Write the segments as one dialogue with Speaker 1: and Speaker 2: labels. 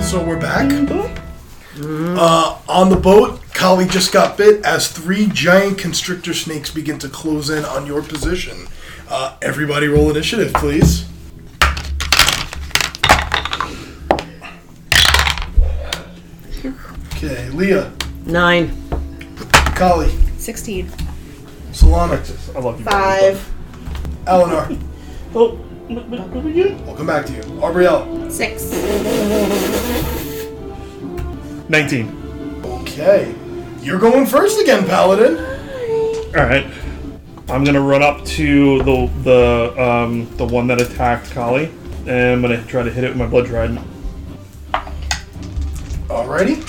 Speaker 1: So we're back. Uh, on the boat, Kali just got bit as three giant constrictor snakes begin to close in on your position. Uh, everybody roll initiative, please. Okay, Leah,
Speaker 2: Nine.
Speaker 1: Kali,
Speaker 3: 16.
Speaker 1: Solana,
Speaker 4: Texas. I love you.
Speaker 3: Five.
Speaker 1: Eleanor.
Speaker 4: Oh, what, what, what we get?
Speaker 1: We'll come back to you. Aubrielle.
Speaker 3: Six.
Speaker 4: 19.
Speaker 1: Okay. You're going first again, Paladin.
Speaker 4: Alright. I'm gonna run up to the the um, the one that attacked Kali, and I'm gonna try to hit it with my blood trident.
Speaker 1: Alrighty.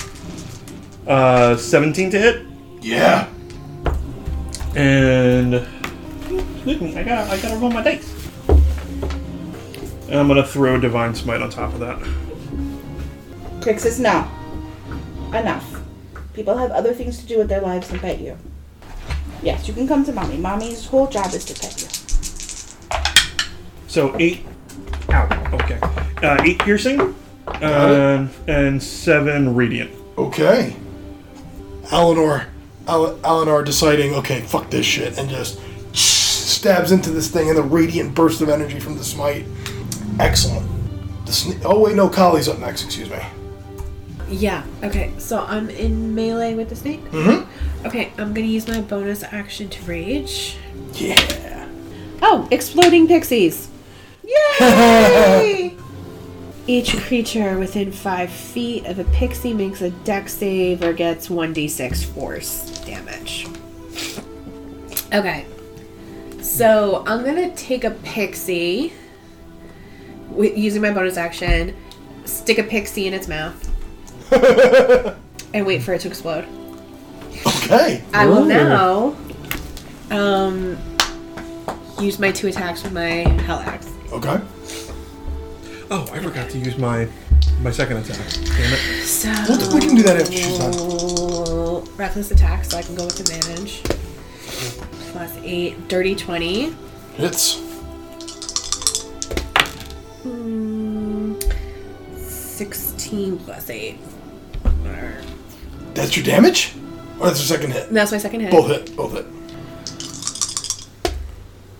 Speaker 4: Uh, 17 to hit,
Speaker 1: Yeah.
Speaker 4: and excuse me, I gotta I gotta roll my dice. And I'm gonna throw divine smite on top of that.
Speaker 3: Crix says no. Enough. People have other things to do with their lives than pet you. Yes, you can come to mommy. Mommy's whole job is to pet you.
Speaker 4: So eight. Ow. Okay. Uh, eight piercing, uh, and seven radiant.
Speaker 1: Okay. Eleanor, Ele- Eleanor deciding, okay, fuck this shit, and just stabs into this thing, and the radiant burst of energy from the smite. Excellent. The sn- oh wait, no, Kali's up next. Excuse me.
Speaker 5: Yeah. Okay. So I'm in melee with the snake. Mm-hmm. Okay. I'm gonna use my bonus action to rage.
Speaker 1: Yeah.
Speaker 5: Oh, exploding pixies! Yay! Each creature within five feet of a pixie makes a dex save or gets 1d6 force damage. Okay. So I'm gonna take a pixie with, using my bonus action, stick a pixie in its mouth, and wait for it to explode.
Speaker 1: Okay.
Speaker 5: I will now um, use my two attacks with my hell axe.
Speaker 1: Okay.
Speaker 4: Oh, I forgot to use my my second attack. Damn it.
Speaker 5: So
Speaker 1: We'll do- we can do that after she's done.
Speaker 5: reckless attack, so I can go with advantage. Plus eight, dirty twenty.
Speaker 1: Hits.
Speaker 5: Mm, Sixteen plus eight. Or-
Speaker 1: That's your damage, or that's your second hit.
Speaker 5: That's my second hit.
Speaker 1: Both hit. Both hit.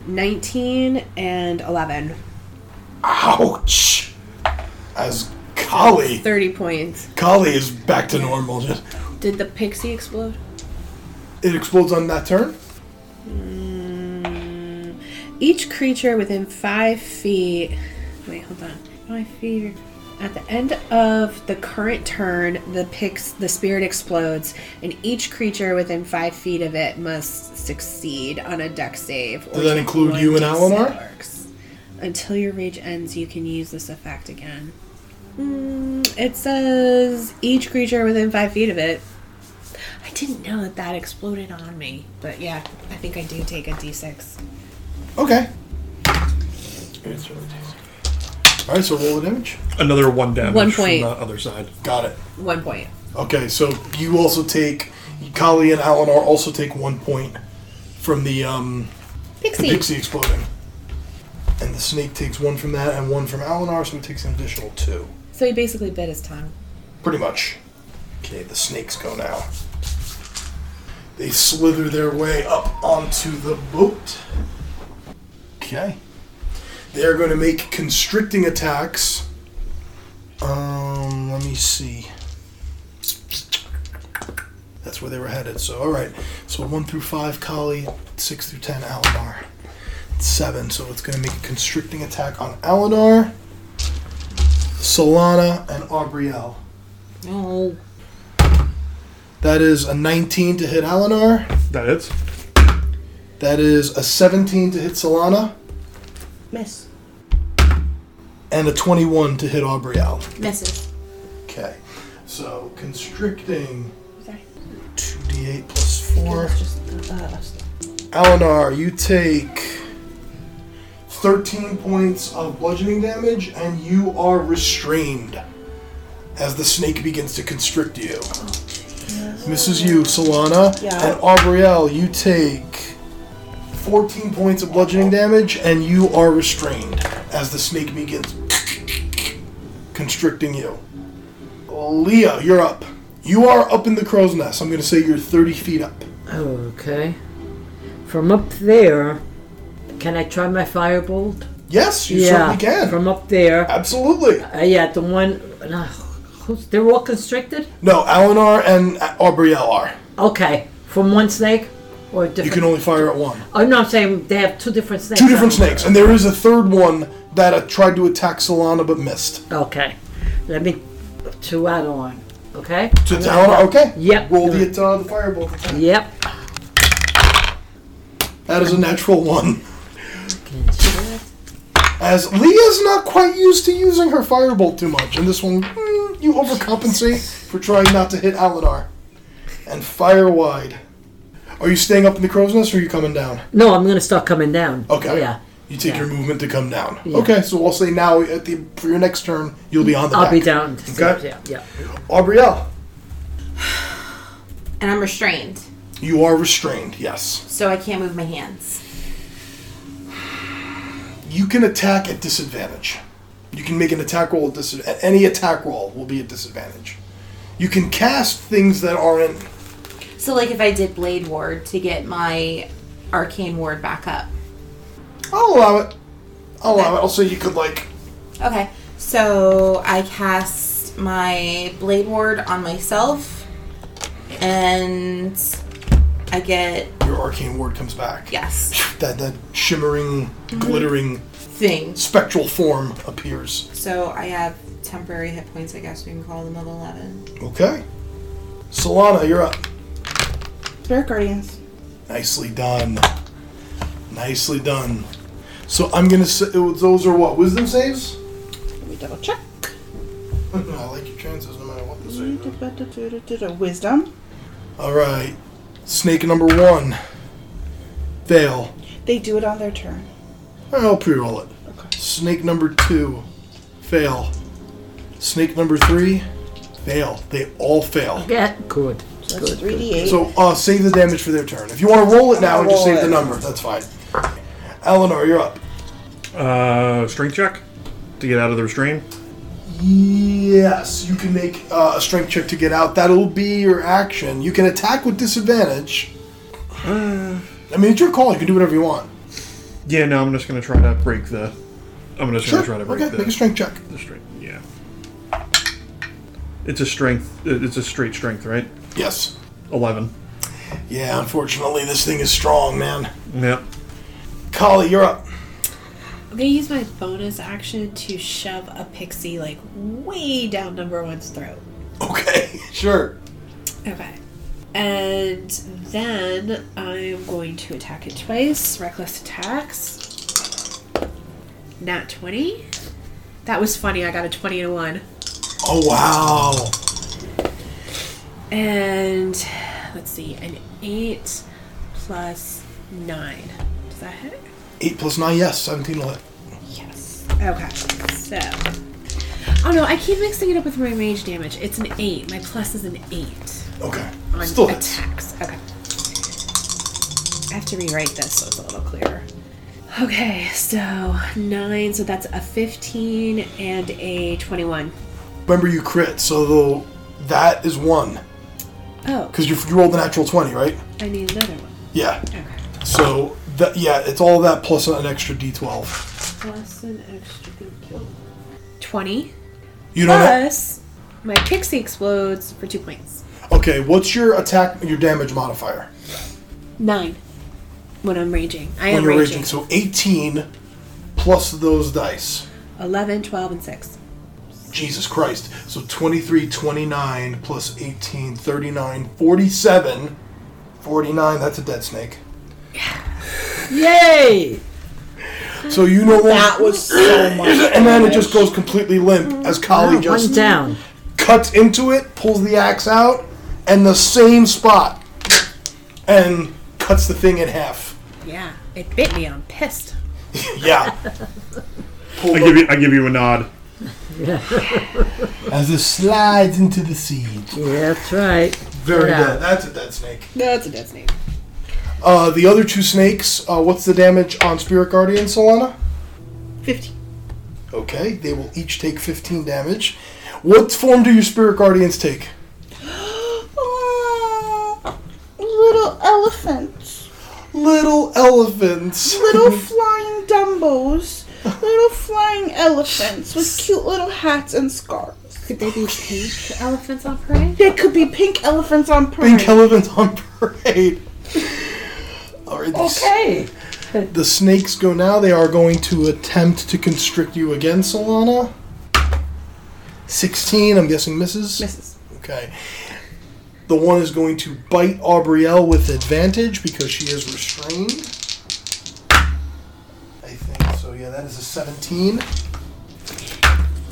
Speaker 5: Nineteen and eleven.
Speaker 1: Ouch! As Kali,
Speaker 5: Thirty points.
Speaker 1: Kali is back to normal. Just
Speaker 5: Did the pixie explode?
Speaker 1: it explodes on that turn.
Speaker 5: Each creature within five feet. Wait, hold on. Five feet. At the end of the current turn, the pix, the spirit explodes, and each creature within five feet of it must succeed on a deck save. or
Speaker 1: Does that
Speaker 5: take
Speaker 1: include you and
Speaker 5: 1d6
Speaker 1: Eleanor?
Speaker 5: arcs. Until your rage ends, you can use this effect again. Mm, it says each creature within five feet of it. I didn't know that that exploded on me, but yeah, I think I do take a d6.
Speaker 1: Okay. All right, so roll the damage.
Speaker 4: Another one damage
Speaker 5: One point.
Speaker 4: from the other side.
Speaker 1: Got it.
Speaker 5: One point.
Speaker 1: Okay, so you also take Kali and Eleanor also take one point from the um, the
Speaker 5: Pixie.
Speaker 1: pixie exploding, and the snake takes one from that and one from Eleanor, so it takes an additional two,
Speaker 5: So he basically bit his tongue.
Speaker 1: pretty much. Okay, the snakes go now. They slither their way up onto the boat. Okay. They are going to make constricting attacks. Um, let me see. That's where they were headed. So, all right. So one through five, Kali. Six through ten, Alinar. Seven. So it's going to make a constricting attack on Alinar, Solana, and Aubrielle.
Speaker 2: No.
Speaker 1: That is a 19 to hit Alinar.
Speaker 4: That is.
Speaker 1: That is a 17 to hit Solana
Speaker 3: Miss.
Speaker 1: and a 21 to hit Aubrielle.
Speaker 5: Misses.
Speaker 1: Okay. So constricting
Speaker 5: Sorry.
Speaker 1: 2d8 plus 4.
Speaker 3: It's just, uh, us.
Speaker 1: Alinar, you take 13 points of bludgeoning damage and you are restrained as the snake begins to constrict you. Mrs. You, Solana,
Speaker 3: Yeah.
Speaker 1: and Aubrielle, you take 14 points of bludgeoning damage and you are restrained as the snake begins constricting you. Leah, you're up. You are up in the crow's nest. I'm going to say you're 30 feet up.
Speaker 2: Oh, Okay. From up there, can I try my firebolt?
Speaker 1: Yes, you certainly can.
Speaker 2: From up there,
Speaker 1: Absolutely.
Speaker 2: uh, yeah, the one. Uh, who's, they're all constricted.
Speaker 1: No, Eleanor and Aubrielle are.
Speaker 2: Okay, from one snake or a
Speaker 1: You
Speaker 2: different.
Speaker 1: can only fire at one.
Speaker 2: oh no, I'm saying they have two different snakes.
Speaker 1: Two different
Speaker 2: on-
Speaker 1: snakes, and there is a third one that uh, tried to attack Solana but missed.
Speaker 2: Okay, let me two out on. Okay.
Speaker 1: To Eleanor, okay.
Speaker 2: Yep.
Speaker 1: Roll the uh, the firebolt attack.
Speaker 2: Yep.
Speaker 1: That is a natural one. As Leah's not quite used to using her firebolt too much, and this one, mm, you overcompensate for trying not to hit Alinar. And fire wide. Are you staying up in the crow's nest or are you coming down?
Speaker 2: No, I'm gonna start coming down.
Speaker 1: Okay.
Speaker 2: Yeah.
Speaker 1: You take
Speaker 2: Yeah.
Speaker 1: your movement to come down. Okay, so we'll say now at the for your next turn, you'll be on the
Speaker 2: I'll
Speaker 1: back.
Speaker 2: be down.
Speaker 1: Okay.
Speaker 2: Yeah. Yeah.
Speaker 1: Aubrielle,
Speaker 6: And I'm restrained,
Speaker 1: you are restrained, yes.
Speaker 6: so I can't move my hands.
Speaker 1: You can attack at disadvantage. You can make an attack roll at disadvantage. Any attack roll will be a disadvantage. You can cast things that aren't.
Speaker 6: So, like, if I did Blade Ward to get my Arcane Ward back up.
Speaker 1: I'll allow it. I'll allow it. I'll say you could, like.
Speaker 6: Okay, so I cast my Blade Ward on myself, and I get,
Speaker 1: Your arcane ward comes back.
Speaker 6: yes,
Speaker 1: That, that shimmering,
Speaker 2: Mm-hmm.
Speaker 1: glittering,
Speaker 6: thing.
Speaker 1: spectral form appears.
Speaker 6: So I have temporary hit points, I guess we can call them of 11.
Speaker 1: Okay. Solana, you're up.
Speaker 3: Spirit Guardians.
Speaker 1: Nicely done. Nicely done. So I'm gonna say it was- those are what wisdom saves.
Speaker 3: Let me double check.
Speaker 1: I like your chances no matter what the save. is.
Speaker 3: Wisdom.
Speaker 1: All right, snake number one. Fail.
Speaker 3: They do it on their turn.
Speaker 1: I'll pre-roll it. Snake number two. Fail. Snake number three. Fail. They all fail.
Speaker 2: Yeah. Good.
Speaker 3: So that's 3d8.
Speaker 1: So uh, save the damage for their turn. If you want to roll it now and just
Speaker 3: Roll
Speaker 1: save the
Speaker 3: it.
Speaker 1: number, that's fine. Eleanor, you're up.
Speaker 4: Uh, strength check to get out of the restraint.
Speaker 1: Yes, you can make uh, a strength check to get out. That'll be your action. You can attack with disadvantage.
Speaker 4: Uh.
Speaker 1: I mean, it's your call. You can do whatever you want.
Speaker 4: Yeah, no, I'm just gonna try to break the. I'm just
Speaker 1: Sure.
Speaker 4: gonna try to break
Speaker 1: Okay,
Speaker 4: the,
Speaker 1: make a strength check.
Speaker 4: the strength. Yeah. It's a strength. It's a straight strength, right?
Speaker 1: Yes.
Speaker 4: Eleven.
Speaker 1: Yeah, unfortunately, this thing is strong, man.
Speaker 4: Yep.
Speaker 1: Kali, you're up.
Speaker 5: I'm gonna use my bonus action to shove a pixie like way down number one's throat.
Speaker 1: Okay, sure.
Speaker 5: Okay. And then I'm going to attack it twice. Reckless attacks. Nat 20. That was funny. I got a 20 and a 1.
Speaker 1: Oh, wow.
Speaker 5: And let's see, an 8 plus 9. Does that hit?
Speaker 1: 8 plus 9, yes, 17 will hit.
Speaker 5: Yes. Okay. So. Oh no, I keep mixing it up with my mage damage. It's an 8. My plus is an 8.
Speaker 1: Okay.
Speaker 5: on
Speaker 1: Still hits.
Speaker 5: attacks. Okay. I have to rewrite this so it's a little clearer. Okay, so nine, so that's a 15 and a 21.
Speaker 1: Remember, you crit, so though that is 1.
Speaker 5: Oh,
Speaker 1: Because you, you rolled a natural 20, right?
Speaker 5: I need another one.
Speaker 1: Yeah.
Speaker 5: Okay.
Speaker 1: So, that, yeah, it's all that plus an extra d12.
Speaker 5: Plus an extra kill. 20.
Speaker 1: You don't have-
Speaker 5: Plus, my pixie explodes for two points.
Speaker 1: Okay, what's your attack, your damage modifier?
Speaker 5: Nine. When I'm raging. I
Speaker 1: When
Speaker 5: am
Speaker 1: you're
Speaker 5: raging.
Speaker 1: raging. So 18 plus those dice.
Speaker 5: 11, 12, and 6.
Speaker 1: Jesus Christ. So 23, 29 plus 18, 39, 47. 49, that's a dead snake.
Speaker 2: Yay!
Speaker 1: So you know
Speaker 3: that was so much.
Speaker 1: And then it just goes completely limp as Kali
Speaker 2: One
Speaker 1: just
Speaker 2: down.
Speaker 1: cuts into it, pulls the axe out, and the same spot, and cuts the thing in half.
Speaker 5: Yeah, it bit me. I'm pissed.
Speaker 1: Yeah. Pulled
Speaker 4: I give you. I give you a nod.
Speaker 1: as it slides into the sea.
Speaker 2: Yeah, that's right.
Speaker 1: Very
Speaker 2: Yeah.
Speaker 1: dead. That's a dead snake.
Speaker 5: That's a dead snake.
Speaker 1: Uh, the other two snakes, uh, what's the damage on Spirit Guardian, Solana?
Speaker 3: 15.
Speaker 1: Okay, they will each take 15 damage. What form do your spirit guardians take?
Speaker 3: Aw, little elephants,
Speaker 1: Little elephants.
Speaker 3: little flying Dumbos, little flying elephants with cute little hats and scarves.
Speaker 6: Could they be pink elephants on parade?
Speaker 3: They could be pink elephants on parade.
Speaker 1: Pink elephants on parade. All right. the s-
Speaker 2: Okay.
Speaker 1: The snakes go now. They are going to attempt to constrict you again, Solana. 16, I'm guessing misses.
Speaker 3: Misses.
Speaker 1: Okay. The one is going to bite Aubrielle with advantage because she is restrained. I think so. Yeah, that is a 17.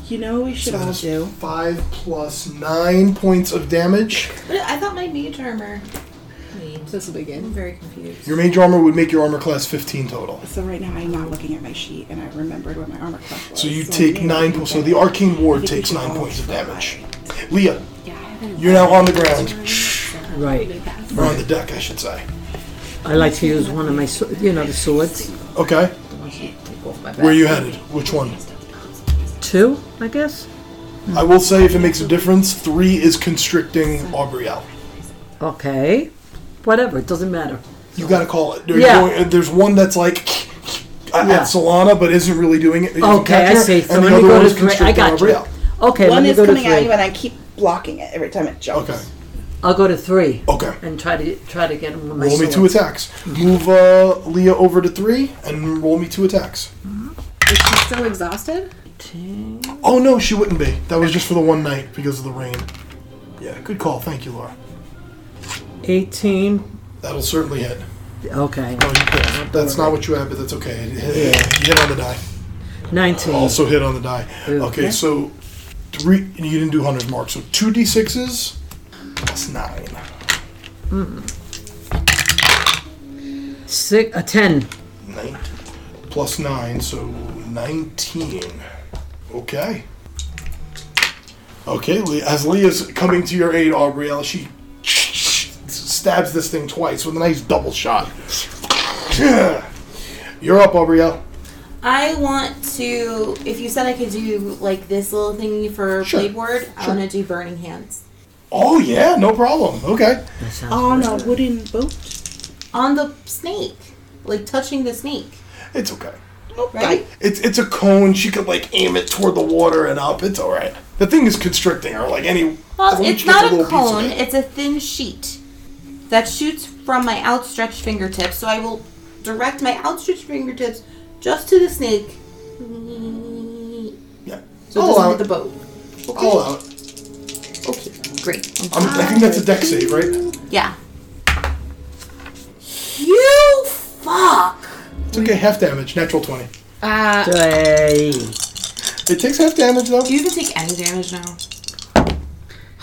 Speaker 3: You know what we should
Speaker 1: So that
Speaker 3: all
Speaker 1: is
Speaker 3: do?
Speaker 1: 5 plus 9 points of damage.
Speaker 6: I thought my mage armor.
Speaker 5: This will begin.
Speaker 6: I'm very confused.
Speaker 1: Your mage armor would make your armor class 15 total.
Speaker 3: So right now I'm not looking at my sheet and I remembered what my armor class was.
Speaker 1: So you
Speaker 3: I
Speaker 1: take
Speaker 3: knew
Speaker 1: 9
Speaker 3: I
Speaker 1: po-
Speaker 3: did
Speaker 1: So
Speaker 3: that.
Speaker 1: the arcane
Speaker 3: I
Speaker 1: ward
Speaker 3: think we
Speaker 1: takes
Speaker 3: should
Speaker 1: 9
Speaker 3: all
Speaker 1: points of
Speaker 3: fight.
Speaker 1: damage. Leah,
Speaker 6: Yeah, I haven't-
Speaker 1: you're now on the ground.
Speaker 2: Right.
Speaker 1: Or on the deck, I should say.
Speaker 2: I like to use one of my, sw- you know, the swords.
Speaker 1: Okay. Where are you headed? Which one?
Speaker 2: Two, I guess.
Speaker 1: I will say, if it makes a difference, three is constricting Aubrielle.
Speaker 2: Okay. Whatever. It doesn't matter.
Speaker 1: You gotta call it. You're
Speaker 2: Yeah.
Speaker 1: going- there's one that's like at
Speaker 2: Yeah.
Speaker 1: Solana, but isn't really doing it. isn't
Speaker 2: Okay, I
Speaker 1: catching her,
Speaker 2: see. So
Speaker 1: and the
Speaker 2: let me
Speaker 1: other
Speaker 2: go
Speaker 1: one
Speaker 2: to
Speaker 1: is
Speaker 2: three. I
Speaker 1: constricting
Speaker 2: got you.
Speaker 1: Aubrielle.
Speaker 2: Okay, let
Speaker 3: One
Speaker 2: me
Speaker 3: is
Speaker 2: go to
Speaker 3: coming at you
Speaker 2: three.
Speaker 3: and I keep blocking it every time it jumps.
Speaker 1: Okay.
Speaker 2: I'll go to three
Speaker 1: Okay.
Speaker 2: and try to try to get him with my
Speaker 1: Roll me
Speaker 2: sword.
Speaker 1: two attacks. Move uh, Leah over to three and roll me two attacks.
Speaker 5: Is she still exhausted?
Speaker 1: Oh no, she wouldn't be. That was just for the one night because of the rain. Yeah, good call. Thank you, Laura.
Speaker 2: Eighteen.
Speaker 1: That'll certainly hit.
Speaker 2: Okay.
Speaker 1: No, you can't. That's not what you had, but that's okay. It hit, you hit on the die.
Speaker 2: Nineteen.
Speaker 1: Also hit on the die.
Speaker 2: Ooh,
Speaker 1: okay,
Speaker 2: yeah.
Speaker 1: so three. You didn't do hundred mark, so two d sixes plus nine.
Speaker 2: Six. A ten.
Speaker 1: Nine plus nine, so nineteen. Okay. Okay, Lee, as Leah's coming to your aid, Aubrielle, she stabs this thing twice with a nice double shot. You're up, Aubrielle.
Speaker 6: I want to. If you said I could do like this little thingy for
Speaker 1: Sure.
Speaker 6: blade ward, I want to do burning hands
Speaker 1: Oh yeah, no problem. Okay.
Speaker 2: That sounds
Speaker 3: On a wooden boat.
Speaker 6: on the snake, like touching the snake.
Speaker 1: It's okay.
Speaker 3: Okay.
Speaker 1: It's it's a cone. She could like aim it toward the water and up. It's all right. The thing is constricting her. Like any. as
Speaker 6: Well,
Speaker 1: long as
Speaker 6: it's
Speaker 1: she gets
Speaker 6: not a
Speaker 1: little piece of
Speaker 6: cone,
Speaker 1: it.
Speaker 6: it's a thin sheet that shoots from my outstretched fingertips. So I will direct my outstretched fingertips just to the snake.
Speaker 1: Yeah.
Speaker 6: So
Speaker 1: I'll
Speaker 6: this
Speaker 1: allow
Speaker 6: is
Speaker 1: it.
Speaker 6: the boat. Okay.
Speaker 1: I'll allow it.
Speaker 6: Okay, great.
Speaker 1: I'm, I think that's a deck save, right?
Speaker 6: Yeah. You fuck!
Speaker 1: It's okay. Half damage. Natural twenty.
Speaker 5: Uh,
Speaker 2: Hey.
Speaker 1: It takes half damage though.
Speaker 6: Do you even take any damage now?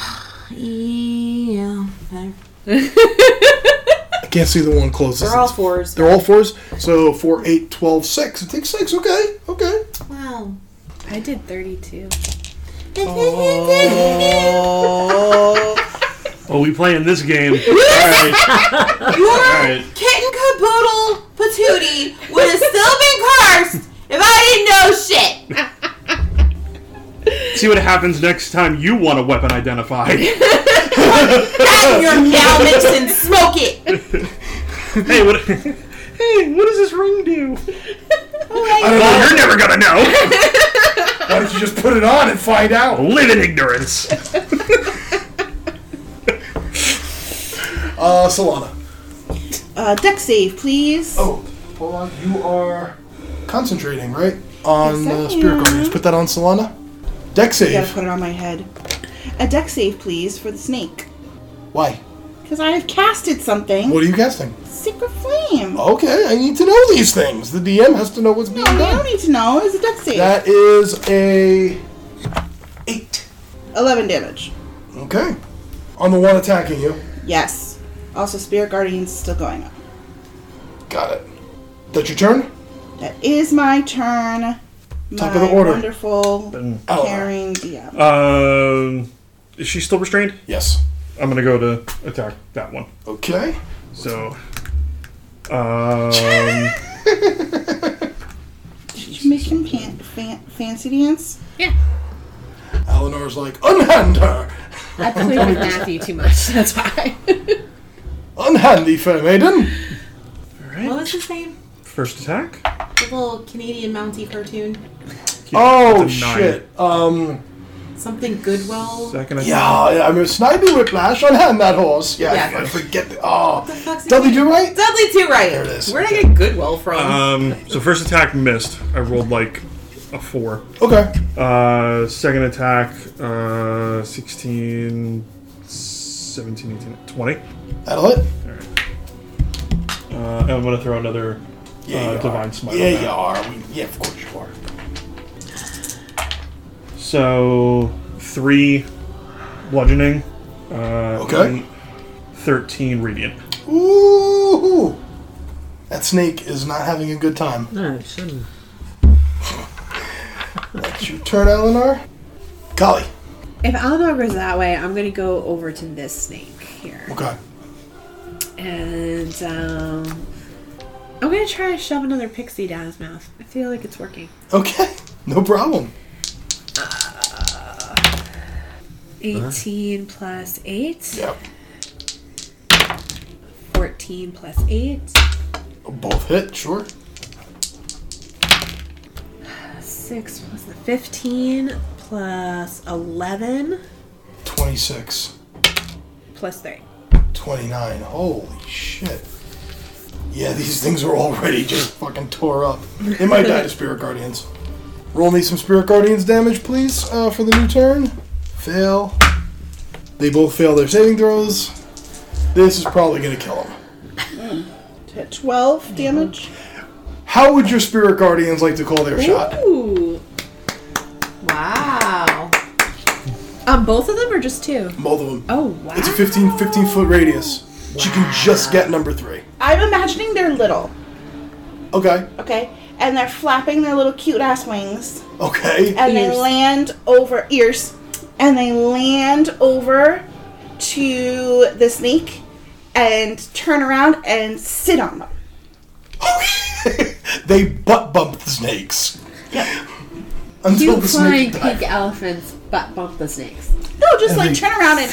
Speaker 6: yeah. better.
Speaker 1: I can't see the one closest.
Speaker 6: They're all fours.
Speaker 1: They're all fours. So four, eight, twelve, six. It takes six. Okay. Okay.
Speaker 6: Wow.
Speaker 5: I did 32.
Speaker 4: Oh, we playing this game. All right.
Speaker 6: Your
Speaker 4: Alright.
Speaker 6: kitten caboodle patootie would have still been cursed if I didn't know shit.
Speaker 4: See what happens next time you want a weapon identified.
Speaker 6: That your meow mix and smoke it.
Speaker 4: hey, what? Hey, what does this ring do?
Speaker 1: I don't know.
Speaker 4: you're never gonna know.
Speaker 1: Why don't you just put it on and find out?
Speaker 4: Live in ignorance.
Speaker 1: Uh, Solana.
Speaker 3: Uh, deck save, please.
Speaker 1: Oh, hold on. You are concentrating, right? On
Speaker 3: Yes, I
Speaker 1: uh, Spirit
Speaker 3: am.
Speaker 1: Guardians. Put that on Solana. Deck
Speaker 3: I gotta
Speaker 1: save.
Speaker 3: put it on my head. A deck save, please, for the snake.
Speaker 1: Why?
Speaker 3: Because I have casted something.
Speaker 1: What Oh. are you casting?
Speaker 3: Secret flame.
Speaker 1: Okay, I need to know these things. The DM has to know what's being
Speaker 3: No, you don't
Speaker 1: done.
Speaker 3: need to know. It's a deck save.
Speaker 1: That is a eight.
Speaker 3: 11 damage.
Speaker 1: Okay. On the one attacking you.
Speaker 3: Yes. Also, Spirit Guardian's still going up.
Speaker 1: Got it. That's your turn?
Speaker 3: That is my turn.
Speaker 1: Top
Speaker 3: my
Speaker 1: of the order. Oh.
Speaker 3: Wonderful, uh,
Speaker 1: Ally.
Speaker 3: caring DM.
Speaker 4: Um, is she still restrained?
Speaker 1: Yes.
Speaker 4: I'm gonna go to attack that one.
Speaker 1: Okay.
Speaker 4: So, um,
Speaker 3: Did you make him pan- fan- fancy dance?
Speaker 1: Ally Eleanor's like, unhand her!
Speaker 5: I played with Matthew too much. That's why.
Speaker 1: Unhand thee, fair maiden!
Speaker 6: What was his name?
Speaker 4: First attack.
Speaker 6: The little Canadian Mountie cartoon.
Speaker 1: Oh,
Speaker 4: It's a nine.
Speaker 1: shit. Um,
Speaker 6: Something Goodwill.
Speaker 4: Second attack.
Speaker 1: yeah, yeah, I mean, Snipey Whiplash, unhand that horse. Yeah,
Speaker 6: Yeah.
Speaker 1: I forget the. Oh.
Speaker 6: fuck's his
Speaker 1: Dudley Do Right?
Speaker 6: Dudley Two Right.
Speaker 1: There it is.
Speaker 6: Where did I get Goodwill from?
Speaker 4: Um, so first attack missed. I rolled like a four.
Speaker 1: Okay.
Speaker 4: Uh, second attack, uh, 16, 17, 18, 20.
Speaker 1: That'll hit.
Speaker 4: Uh, and I'm going to throw another
Speaker 1: Yeah,
Speaker 4: uh,
Speaker 1: you
Speaker 4: Divine
Speaker 1: are.
Speaker 4: Smite. on
Speaker 1: Yeah,
Speaker 4: that.
Speaker 1: you are. We, yeah, of course you are.
Speaker 4: So, three bludgeoning. Uh,
Speaker 1: Okay.
Speaker 4: and 13 radiant.
Speaker 1: Ooh! That snake is not having a good time.
Speaker 2: No, it shouldn't.
Speaker 1: That's your turn, Eleanor. Golly.
Speaker 5: if Alma goes that way, I'm gonna go over to this snake here,
Speaker 1: Okay.
Speaker 5: and um, I'm gonna try to shove another pixie down his mouth. I feel like it's working.
Speaker 1: Okay. No problem.
Speaker 5: 18 plus 8.
Speaker 1: Yep.
Speaker 5: 14 plus 8.
Speaker 1: Both hit, sure.
Speaker 5: 6 plus the 15 plus 11
Speaker 1: 26.
Speaker 5: plus 3.
Speaker 1: 29. Holy shit. Yeah, these things are already just fucking tore up. They might die to Spirit Guardians. Roll me some Spirit Guardians damage, please, uh, for the new turn. Fail. They both fail their saving throws. This is probably gonna kill them.
Speaker 3: T-
Speaker 1: Mm-hmm.
Speaker 3: 12 damage.
Speaker 1: How would your Spirit Guardians like to call their shot?
Speaker 5: Ooh.
Speaker 6: wow.
Speaker 5: On Um, both of them or just two?
Speaker 1: Both of them.
Speaker 5: Oh, wow.
Speaker 1: It's a 15, 15 foot radius. She can just get number three.
Speaker 3: I'm imagining they're little,
Speaker 1: Okay.
Speaker 3: okay? And they're flapping their little cute ass wings.
Speaker 1: Okay.
Speaker 3: And
Speaker 5: Ears.
Speaker 3: they land over ears. And they land over to the snake and turn around and sit on them.
Speaker 1: they butt bump the snakes.
Speaker 5: Two
Speaker 1: Until the
Speaker 5: flying
Speaker 1: snake
Speaker 5: pink
Speaker 1: dies.
Speaker 5: elephants butt bump the snakes.
Speaker 3: No, just like turn around and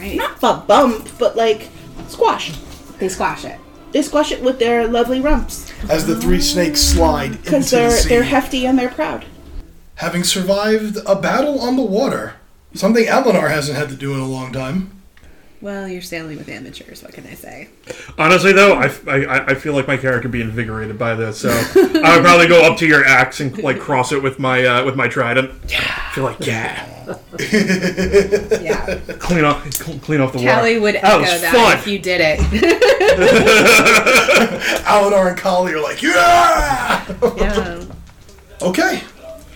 Speaker 5: Right.
Speaker 3: not a bump, but like squash.
Speaker 5: They squash it.
Speaker 3: They squash it with their lovely rumps
Speaker 1: As the three snakes slide into
Speaker 3: because
Speaker 1: the
Speaker 3: they're
Speaker 1: sea.
Speaker 3: they're hefty and they're proud.
Speaker 1: Having survived a battle on the water. Something Eleanor hasn't had to do in a long time.
Speaker 5: Well, you're sailing with amateurs. What can I say?
Speaker 4: Honestly, though, I, I, I feel like my character would be invigorated by this, so I would probably go up to your axe and like cross it with my uh, with my trident. Yeah. feel like yeah,
Speaker 5: Yeah.
Speaker 4: clean off cl- clean off the
Speaker 5: Callie
Speaker 4: water.
Speaker 5: would
Speaker 4: That
Speaker 5: echo
Speaker 4: was
Speaker 5: that
Speaker 4: fun.
Speaker 5: if you did it.
Speaker 1: Eleanor and Collie are like, yeah!
Speaker 5: yeah.
Speaker 1: okay.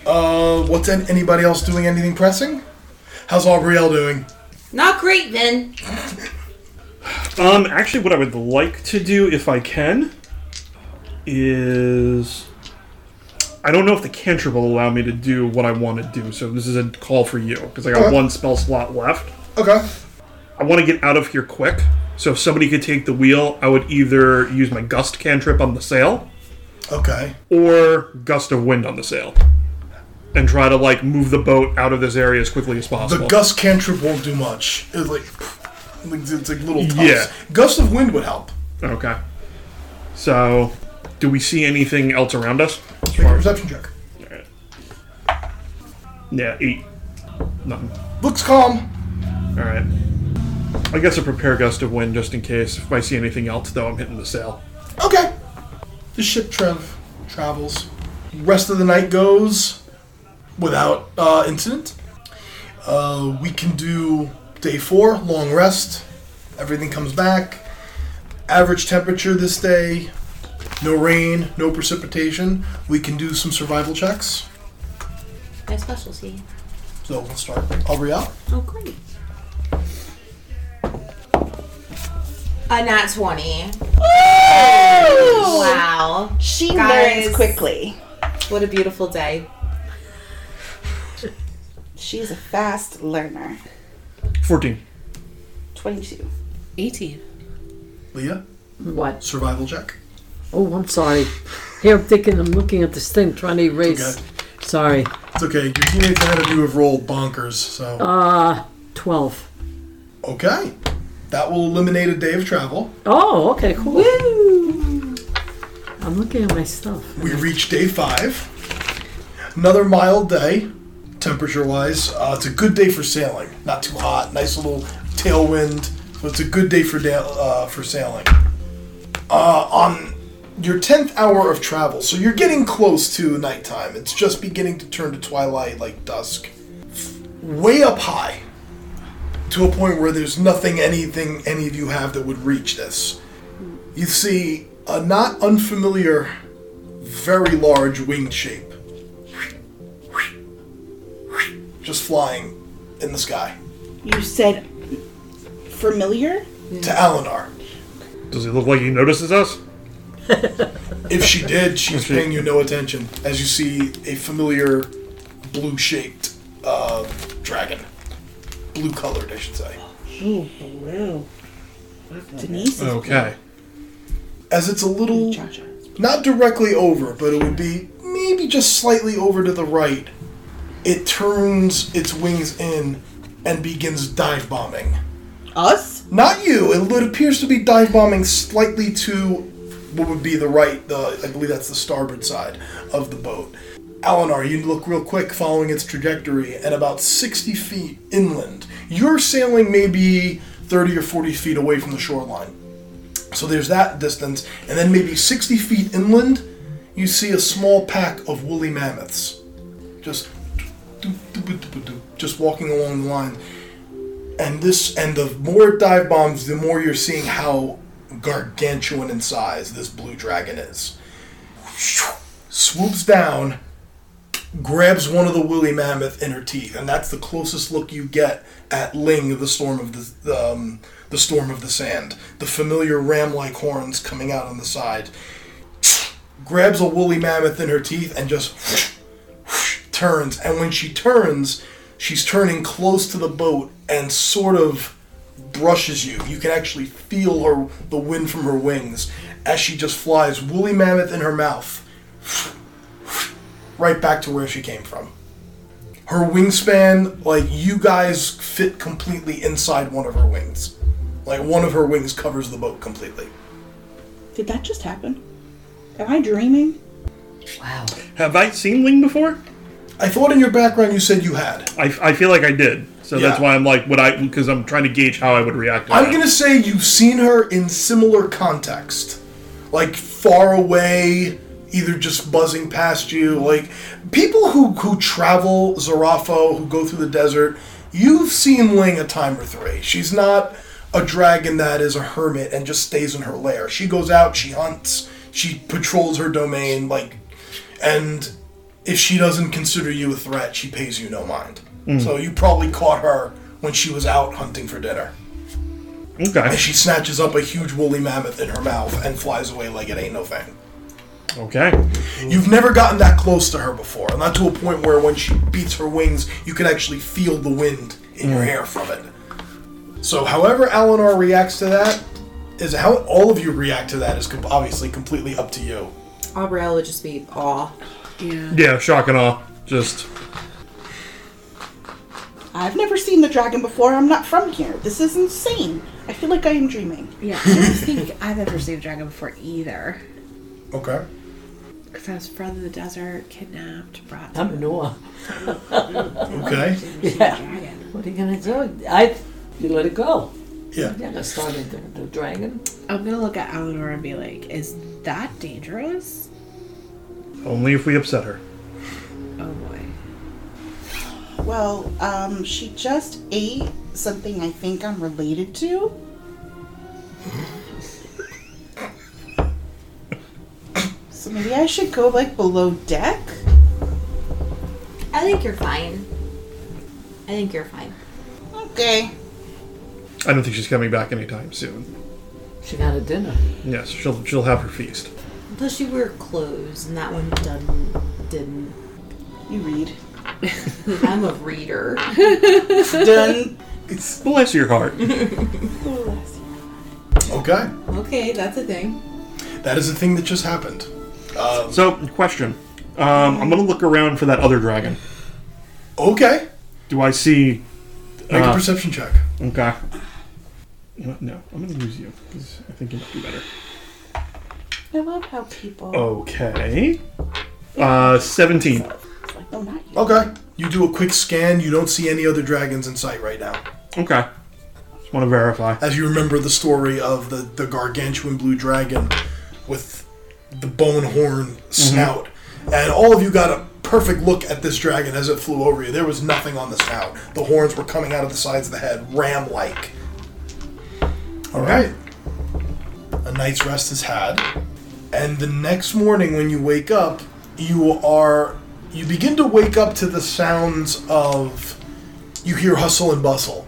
Speaker 1: Uh, what's an- anybody else doing anything pressing? How's Aubrielle doing?
Speaker 6: Not great, Vin.
Speaker 4: Um, actually, what I would like to do, if I can, is I don't know if the cantrip will allow me to do what I want to do. So this is a call for you because I got
Speaker 1: Okay.
Speaker 4: one spell slot left.
Speaker 1: Okay.
Speaker 4: I want to get out of here quick. So if somebody could take the wheel, I would either use my gust cantrip on the sail
Speaker 1: Okay.
Speaker 4: or gust of wind on the sail, and try to like move the boat out of this area as quickly as
Speaker 1: The
Speaker 4: possible.
Speaker 1: gust cantrip won't do much. It's like, like it's like little tufts.
Speaker 4: Yeah.
Speaker 1: Gust of wind would help.
Speaker 4: okay. So, do we see anything else around us? As
Speaker 1: Make a
Speaker 4: far as-
Speaker 1: perception check.
Speaker 4: Yeah, eight. Nothing.
Speaker 1: Looks calm.
Speaker 4: All right. I guess I prepare gust of wind just in case. If I see anything else, though, I'm hitting the sail.
Speaker 1: Okay. The ship trav- travels. Rest of the night goes without uh, incident. Uh, we can do day four, long rest. Everything comes back. Average temperature this day. No rain, no precipitation. We can do some survival checks.
Speaker 6: My specialty.
Speaker 1: So we'll start. Aubrielle?
Speaker 6: Oh, great. A nat 20. Wow.
Speaker 3: She
Speaker 6: Guys.
Speaker 3: learns quickly.
Speaker 6: What a beautiful day.
Speaker 3: She's a fast learner.
Speaker 4: 14.
Speaker 3: Twenty-two.
Speaker 5: 18.
Speaker 1: Leah?
Speaker 2: What?
Speaker 1: Survival check.
Speaker 2: Oh, I'm sorry. Here, I'm thinking, I'm looking at this thing, trying to erase.
Speaker 1: Okay.
Speaker 2: Sorry.
Speaker 1: It's okay. Your teammates ahead of you have rolled bonkers, so.
Speaker 2: Uh, 12.
Speaker 1: Okay. That will eliminate a day of travel.
Speaker 2: Oh, okay, cool. I'm looking at my stuff.
Speaker 1: We reach day five. Another mild day, temperature wise. Uh, it's a good day for sailing. Not too hot. Nice little tailwind. So it's a good day for da- uh, for sailing. Uh, on your tenth hour of travel, so you're getting close to nighttime. It's just beginning to turn to twilight, like dusk. Way up high, to a point where there's nothing, anything any of you have that would reach this. You see a not unfamiliar, very large winged shape just flying in the sky
Speaker 3: You said familiar?
Speaker 1: to Eleanor.
Speaker 4: Does he look like he notices us?
Speaker 1: If she did, she's
Speaker 4: she-
Speaker 1: paying you no attention as you see a familiar blue shaped uh, dragon. Blue colored, I should say.
Speaker 3: Denise is
Speaker 4: Okay.
Speaker 1: As it's a little,
Speaker 3: Jar Jar.
Speaker 1: not directly over, but it would be maybe just slightly over to the right, it turns its wings in and begins dive bombing.
Speaker 3: Us?
Speaker 1: Not you. It would appears to be dive bombing slightly to what would be the right. The I believe that's the starboard side of the boat. Eleanor, you look real quick, following its trajectory, and about sixty feet inland, you're sailing maybe thirty or forty feet away from the shoreline. So there's that distance, and then maybe sixty feet inland, you see a small pack of woolly mammoths, just just walking along the line and this and the more it dive bombs the more you're seeing how gargantuan in size this blue dragon is swoops down grabs one of the woolly mammoth in her teeth and that's the closest look you get at ling the storm of the um, the storm of the sand the familiar ram-like horns coming out on the side grabs a woolly mammoth in her teeth and just turns, and when she turns, she's turning close to the boat and sort of brushes you. You can actually feel her the wind from her wings as she just flies woolly mammoth in her mouth right back to where she came from. Her wingspan, like you guys fit completely inside one of her wings. Like one of her wings covers the boat completely.
Speaker 3: Did that just happen? Am I dreaming?
Speaker 2: Wow.
Speaker 4: Have I seen Ling before?
Speaker 1: I thought in your background you said you had.
Speaker 4: I, I feel like I did. So that's
Speaker 1: Yeah.
Speaker 4: why I'm like, would I? Because I'm trying to gauge how I would react. To
Speaker 1: I'm
Speaker 4: that.
Speaker 1: gonna say you've seen her in similar context, like far away, either just buzzing past you. Like people who who travel Zarafo, who go through the desert, you've seen Ling a time or three. She's not a dragon that is a hermit and just stays in her lair. She goes out, she hunts, she patrols her domain, like, and if she doesn't consider you a threat, she pays you no mind. So you probably caught her when she was out hunting for dinner.
Speaker 4: Okay.
Speaker 1: And she snatches up a huge woolly mammoth in her mouth and flies away like it ain't no thing.
Speaker 4: Okay.
Speaker 1: You've never gotten that close to her before, and not to a point where when she beats her wings, you can actually feel the wind in your hair from it. So, however Eleanor reacts to that is how all of you react to that is com- obviously completely up to you.
Speaker 6: Aubrey would just be aw.
Speaker 4: Yeah. Shock and awe. Just
Speaker 3: I've never seen the dragon before. I'm not from here. This is insane. I feel like I am dreaming.
Speaker 5: Yeah, I don't think I've ever seen a dragon before either.
Speaker 1: Okay.
Speaker 5: Because I was from the desert, kidnapped, brought to
Speaker 2: I'm in awe.
Speaker 1: Okay.
Speaker 5: dragon.
Speaker 2: What are you going to do? I, you let it go.
Speaker 1: Yeah.
Speaker 2: Yeah, I started the, the dragon.
Speaker 5: I'm gonna look at Eleanor and be like, "Is that dangerous?"
Speaker 4: only if we upset her.
Speaker 5: Oh boy.
Speaker 3: Well, um, she just ate something I think I'm related to. so maybe I should go like below deck.
Speaker 6: I think you're fine. I think you're fine.
Speaker 3: Okay.
Speaker 4: I don't think she's coming back anytime soon.
Speaker 2: She got a dinner.
Speaker 4: Yes, she'll she'll have her feast.
Speaker 6: Plus, you wear clothes, and that one done didn't.
Speaker 3: You read.
Speaker 6: I'm a reader.
Speaker 3: Done.
Speaker 4: Bless your heart.
Speaker 1: Okay.
Speaker 6: Okay, that's a thing.
Speaker 1: That is the thing that just happened.
Speaker 4: so, question. Um, I'm gonna look around for that other dragon.
Speaker 1: Okay.
Speaker 4: Do I see?
Speaker 1: Make a
Speaker 4: Uh,
Speaker 1: perception check.
Speaker 4: Okay. You know what? No, I'm gonna use you because I think you might be better.
Speaker 6: I love how people.
Speaker 4: Okay. Uh, seventeen.
Speaker 3: It's like, no, not you.
Speaker 1: Okay. You do a quick scan. You don't see any other dragons in sight right now.
Speaker 4: Okay. Just want to verify.
Speaker 1: As you remember the story of the, the gargantuan blue dragon with the bone horn snout. And all of you got a perfect look at this dragon as it flew over you. There was nothing on the snout. The horns were coming out of the sides of the head, ram like. All right. A night's rest is had. And the next morning when you wake up, you are. You begin to wake up to the sounds of. You hear hustle and bustle.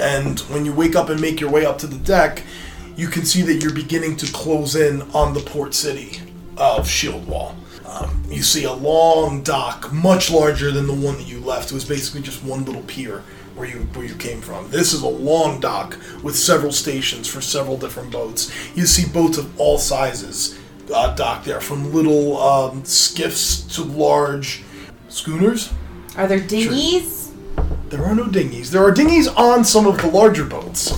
Speaker 1: And when you wake up and make your way up to the deck, you can see that you're beginning to close in on the port city of Shield Wall. Um, you see a long dock, much larger than the one that you left. It was basically just one little pier where you where you came from. This is a long dock with several stations for several different boats. You see boats of all sizes uh, docked there, from little um, skiffs to large schooners.
Speaker 6: Are there dinghies?
Speaker 1: There are no dinghies. There are dinghies on some of the larger boats.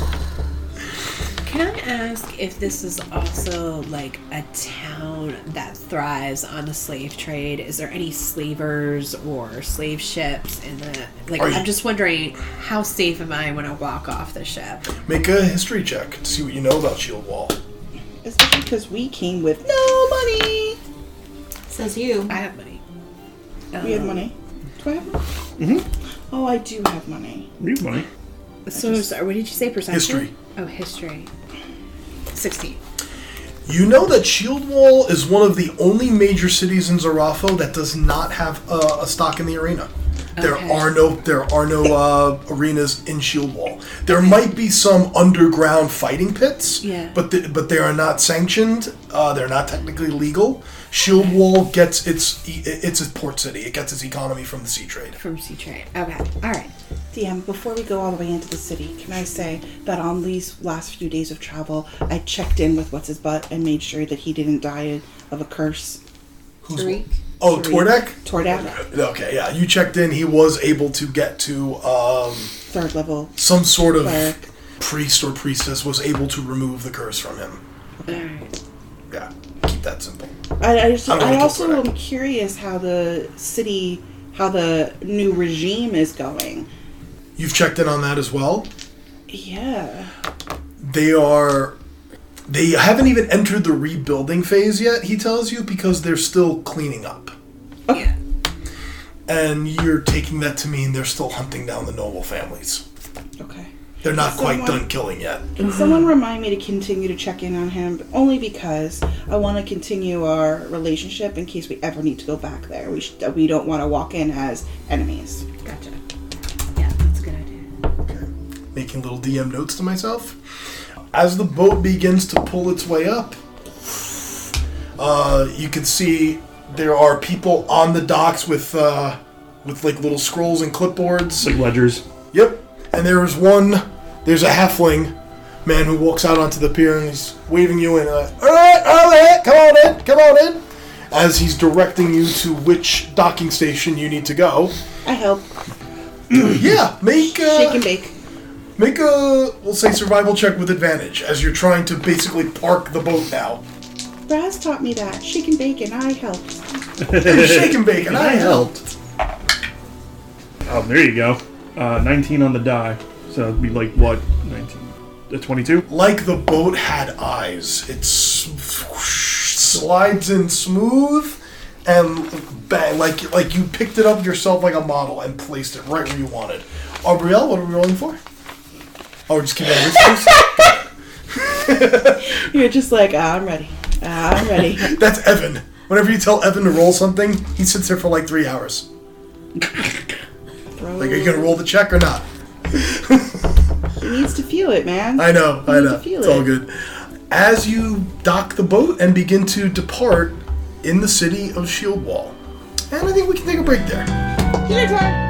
Speaker 5: Can I ask if this is also like a town that thrives on the slave trade? Is there any slavers or slave ships in the like?
Speaker 1: Are you-
Speaker 5: I'm just wondering how safe am I when I walk off the ship?
Speaker 1: Make a history check to see what you know about Shield Wall.
Speaker 3: Especially because we came with no money.
Speaker 6: Says you.
Speaker 5: I have money.
Speaker 3: We had money. Do I have money? Mm-hmm. Oh, I do have money.
Speaker 4: Leave money.
Speaker 5: So sorry, what did you say? Perception.
Speaker 1: History.
Speaker 5: Oh, history. Sixteen.
Speaker 1: You know that Shield Wall is one of the only major cities in Zarafo that does not have uh, a stock in the arena. There
Speaker 5: Okay.
Speaker 1: are no there are no uh, arenas in Shield Wall. There might be some underground fighting pits,
Speaker 5: Yeah.
Speaker 1: but the, but they are not sanctioned. Uh, they're not technically legal. Shield Wall gets its e- it's a port city. It gets its economy from the sea trade.
Speaker 5: From sea trade. Okay. All right.
Speaker 3: DM, before we go all the way into the city, can I say that on these last few days of travel, I checked in with what's his butt and made sure that he didn't die of a curse.
Speaker 1: Who's oh Tordek?
Speaker 3: Tordak,
Speaker 1: Okay, yeah. You checked in. He was able to get to um,
Speaker 3: third level.
Speaker 1: some sort of
Speaker 3: Cleric.
Speaker 1: priest or priestess was able to remove the curse from him. Yeah, keep that simple.
Speaker 3: I, I, just,
Speaker 1: I'm gonna
Speaker 3: I
Speaker 1: go
Speaker 3: also
Speaker 1: Tordak.
Speaker 3: am curious how the city, how the new regime is going.
Speaker 1: You've checked in on that as well.
Speaker 3: Yeah.
Speaker 1: They are. They haven't even entered the rebuilding phase yet, he tells you, because they're still cleaning up.
Speaker 5: Yeah.
Speaker 1: And you're taking that to mean they're still hunting down the noble families.
Speaker 3: Okay.
Speaker 1: They're not quite
Speaker 3: Someone-
Speaker 1: done killing yet.
Speaker 3: Can someone remind me to continue to check in on him? Only because I want to continue our relationship in case we ever need to go back there. We should, we don't want to walk in as enemies.
Speaker 5: Gotcha. Yeah, that's a good idea.
Speaker 1: making little DM notes to myself. As the boat begins to pull its way up, uh, you can see there are people on the docks with uh, with like little scrolls and clipboards.
Speaker 4: It's like ledgers.
Speaker 1: Yep. And there is one. There's a halfling man who walks out onto the pier and he's waving you in. Uh, all right, all right, come on in, come on in. As he's directing you to which docking station you need to go.
Speaker 3: I help.
Speaker 1: Yeah, make uh,
Speaker 3: Shake and bake.
Speaker 1: Make a, we'll say, survival check with advantage, as you're trying to basically park the boat now.
Speaker 3: Braz taught me that. Shake and bake and I helped.
Speaker 1: Shake and bake, and I helped.
Speaker 4: Oh, there you go. Uh, Nineteen on the die. So it'd be like what? Nineteen. A twenty-two.
Speaker 1: Like the boat had eyes, it s- slides in smooth, and bang, like like you picked it up yourself like a model and placed it right where you wanted. Aubrielle, what are we rolling for? Oh, we're just keeping it this
Speaker 3: You're just like, ah, I'm ready. Ah, I'm ready.
Speaker 1: That's Evan. Whenever you tell Evan to roll something, he sits there for like three hours.
Speaker 3: Bro,
Speaker 1: Like, are you gonna roll the check or not?
Speaker 3: He needs to feel it, man.
Speaker 1: I know, I
Speaker 3: need to
Speaker 1: know.
Speaker 3: feel
Speaker 1: It's all
Speaker 3: it.
Speaker 1: good. As you dock the boat and begin to depart in the city of Shield Wall. And I think we can take a break there.
Speaker 3: Dinner time.